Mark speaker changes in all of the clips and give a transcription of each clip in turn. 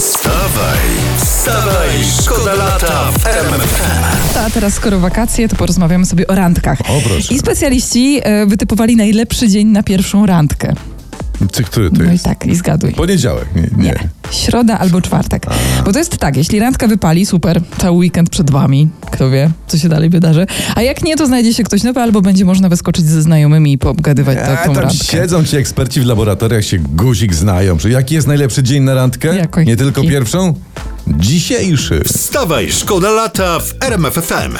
Speaker 1: Wstawaj, wstawaj, szkoda lata w RMFFM.
Speaker 2: A teraz, skoro wakacje, to porozmawiamy sobie o randkach.
Speaker 3: O, proszę.
Speaker 2: I specjaliści e, wytypowali najlepszy dzień na pierwszą randkę.
Speaker 3: Ty, który to
Speaker 2: No i
Speaker 3: jest?
Speaker 2: tak, i zgaduj.
Speaker 3: Poniedziałek, nie. nie.
Speaker 2: Środa albo czwartek. Bo to jest tak, jeśli randka wypali, super, cały weekend przed wami, kto wie, co się dalej wydarzy. A jak nie, to znajdzie się ktoś nowy, albo będzie można wyskoczyć ze znajomymi i poobgadywać
Speaker 3: A,
Speaker 2: taką
Speaker 3: tam
Speaker 2: Tak, randkę.
Speaker 3: siedzą ci eksperci w laboratoriach, się guzik znają. Czy jaki jest najlepszy dzień na randkę?
Speaker 2: Jako-
Speaker 3: Nie tylko
Speaker 2: i-
Speaker 3: pierwszą? Dzisiejszy.
Speaker 1: Wstawaj, szkoda lata w RMFFM.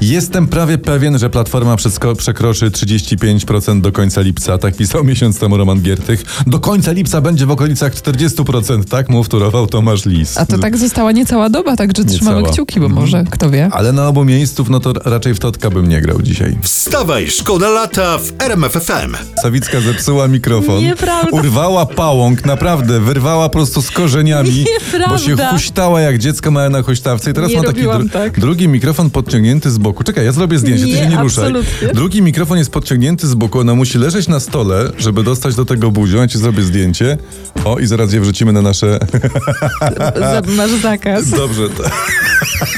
Speaker 3: Jestem prawie pewien, że Platforma przesko- przekroczy 35% do końca lipca. Tak pisał miesiąc temu Roman Giertych. Do końca lipca będzie w okolicach 40%, tak mu wtórował Tomasz Lis.
Speaker 2: A to tak została niecała doba, także trzymamy
Speaker 3: Niecała.
Speaker 2: kciuki, bo może, kto wie.
Speaker 3: Ale na obu miejsców, no to raczej w Totka bym nie grał dzisiaj.
Speaker 1: Wstawaj, szkoda lata w RMFFM.
Speaker 3: Sawicka zepsuła mikrofon.
Speaker 2: Nieprawda.
Speaker 3: Urwała pałąk, naprawdę, wyrwała prosto z korzeniami.
Speaker 2: Nieprawda.
Speaker 3: Bo się huśtała jak dziecko małe na huśtawce i teraz
Speaker 2: Nie
Speaker 3: ma taki
Speaker 2: robiłam
Speaker 3: dru-
Speaker 2: tak.
Speaker 3: drugi mikrofon podciągnięty z boku. Czekaj, ja zrobię zdjęcie,
Speaker 2: Nie,
Speaker 3: ty się nie ruszaj.
Speaker 2: absolutnie.
Speaker 3: Drugi mikrofon jest podciągnięty z boku, ona musi leżeć na stole, żeby dostać do tego buzią. Ja ci zrobię zdjęcie. O, i zaraz je wrzucimy na nasze...
Speaker 2: Za- Masz zakaz.
Speaker 3: Dobrze, to...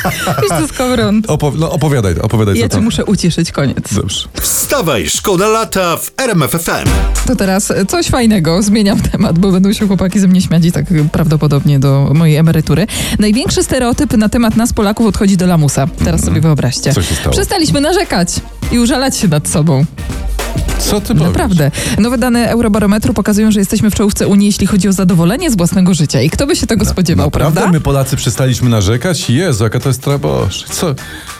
Speaker 2: Wiesz, to jest kowron.
Speaker 3: Opo- no, opowiadaj, opowiadaj
Speaker 2: Ja cię
Speaker 3: co tam.
Speaker 2: muszę ucieszyć, koniec.
Speaker 3: Dobrze.
Speaker 1: Wstawaj, szkoda lata w RMFFM.
Speaker 2: To teraz coś fajnego, zmieniam temat, bo będą się chłopaki ze mnie śmiać i tak prawdopodobnie do mojej emerytury. Największy stereotyp na temat nas Polaków odchodzi do lamusa. Teraz sobie wyobraźcie.
Speaker 3: Mhm. Co się stało?
Speaker 2: Przestaliśmy narzekać i użalać się nad sobą.
Speaker 3: Co ty powiesz?
Speaker 2: Naprawdę. Nowe dane Eurobarometru pokazują, że jesteśmy w czołówce Unii, jeśli chodzi o zadowolenie z własnego życia. I kto by się tego spodziewał,
Speaker 3: Naprawdę
Speaker 2: prawda?
Speaker 3: my Polacy przestaliśmy narzekać? Jezu, jaka to jest trabosz. Co,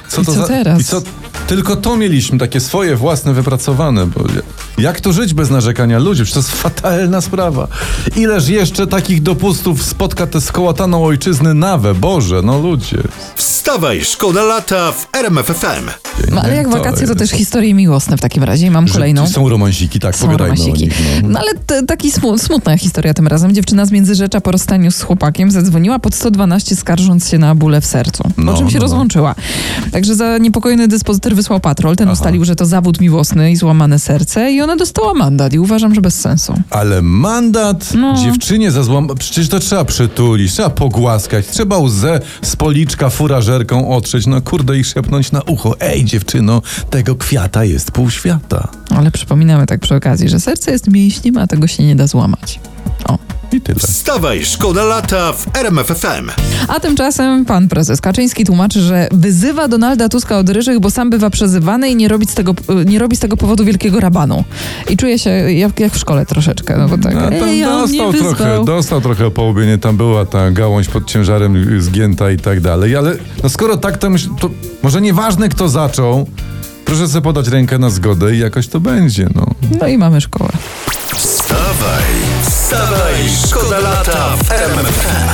Speaker 3: co
Speaker 2: I
Speaker 3: to
Speaker 2: co
Speaker 3: za...
Speaker 2: teraz?
Speaker 3: I co... Tylko to mieliśmy, takie swoje, własne, wypracowane. Bo ja- jak to żyć bez narzekania ludzi? Przecież to jest fatalna sprawa. Ileż jeszcze takich dopustów spotka tę skołataną ojczyznę nawę? Boże, no ludzie.
Speaker 1: Wstawaj, szkoda lata w RMFFM.
Speaker 2: No, ale
Speaker 3: Nie,
Speaker 2: jak
Speaker 3: to
Speaker 2: wakacje, to
Speaker 3: jest-
Speaker 2: też historie miłosne w takim razie. I mam
Speaker 3: Że
Speaker 2: kolejną.
Speaker 3: Są romansiki, tak,
Speaker 2: Są
Speaker 3: pogadajmy
Speaker 2: romansiki.
Speaker 3: o nich. No.
Speaker 2: No ale t- taki smu- smutna historia tym razem. Dziewczyna z Międzyrzecza po rozstaniu z chłopakiem zadzwoniła pod 112 skarżąc się na bóle w sercu, po
Speaker 3: No,
Speaker 2: czym się
Speaker 3: no, no.
Speaker 2: rozłączyła. Także zaniepokojony dyspozytor wysłał patrol. Ten ustalił, że to zawód miłosny i złamane serce i ona dostała mandat i uważam, że bez sensu.
Speaker 3: Ale mandat
Speaker 2: No.
Speaker 3: dziewczynie za złam... Przecież to trzeba przytulić, trzeba pogłaskać, trzeba łzę z policzka furażerką otrzeć, no kurde i szepnąć na ucho. Ej dziewczyno, tego kwiata jest pół świata.
Speaker 2: Ale przypominamy tak przy okazji, że serce jest mięśniem, a tego się nie da złamać. O.
Speaker 3: I tyle.
Speaker 1: Wstawaj, szkoda lata w RMFFM.
Speaker 2: A tymczasem pan prezes Kaczyński tłumaczy, że wyzywa Donalda Tuska od ryżych, bo sam bywa przezywany i nie robi z tego, y, nie robi z tego powodu wielkiego rabanu. I czuje się jak, jak w szkole troszeczkę, no bo tak.
Speaker 3: A tam
Speaker 2: Ej, on
Speaker 3: dostał,
Speaker 2: mnie
Speaker 3: trochę,
Speaker 2: wyzwał.
Speaker 3: dostał trochę połubienie, tam była ta gałąź pod ciężarem y, zgięta i tak dalej, ale no skoro tak, to, myśl, to może nieważne kto zaczął, proszę sobie podać rękę na zgodę i jakoś to będzie, no.
Speaker 2: No i mamy szkołę.
Speaker 1: Wstawaj, wstawaj, szkoda lata w RMFFM.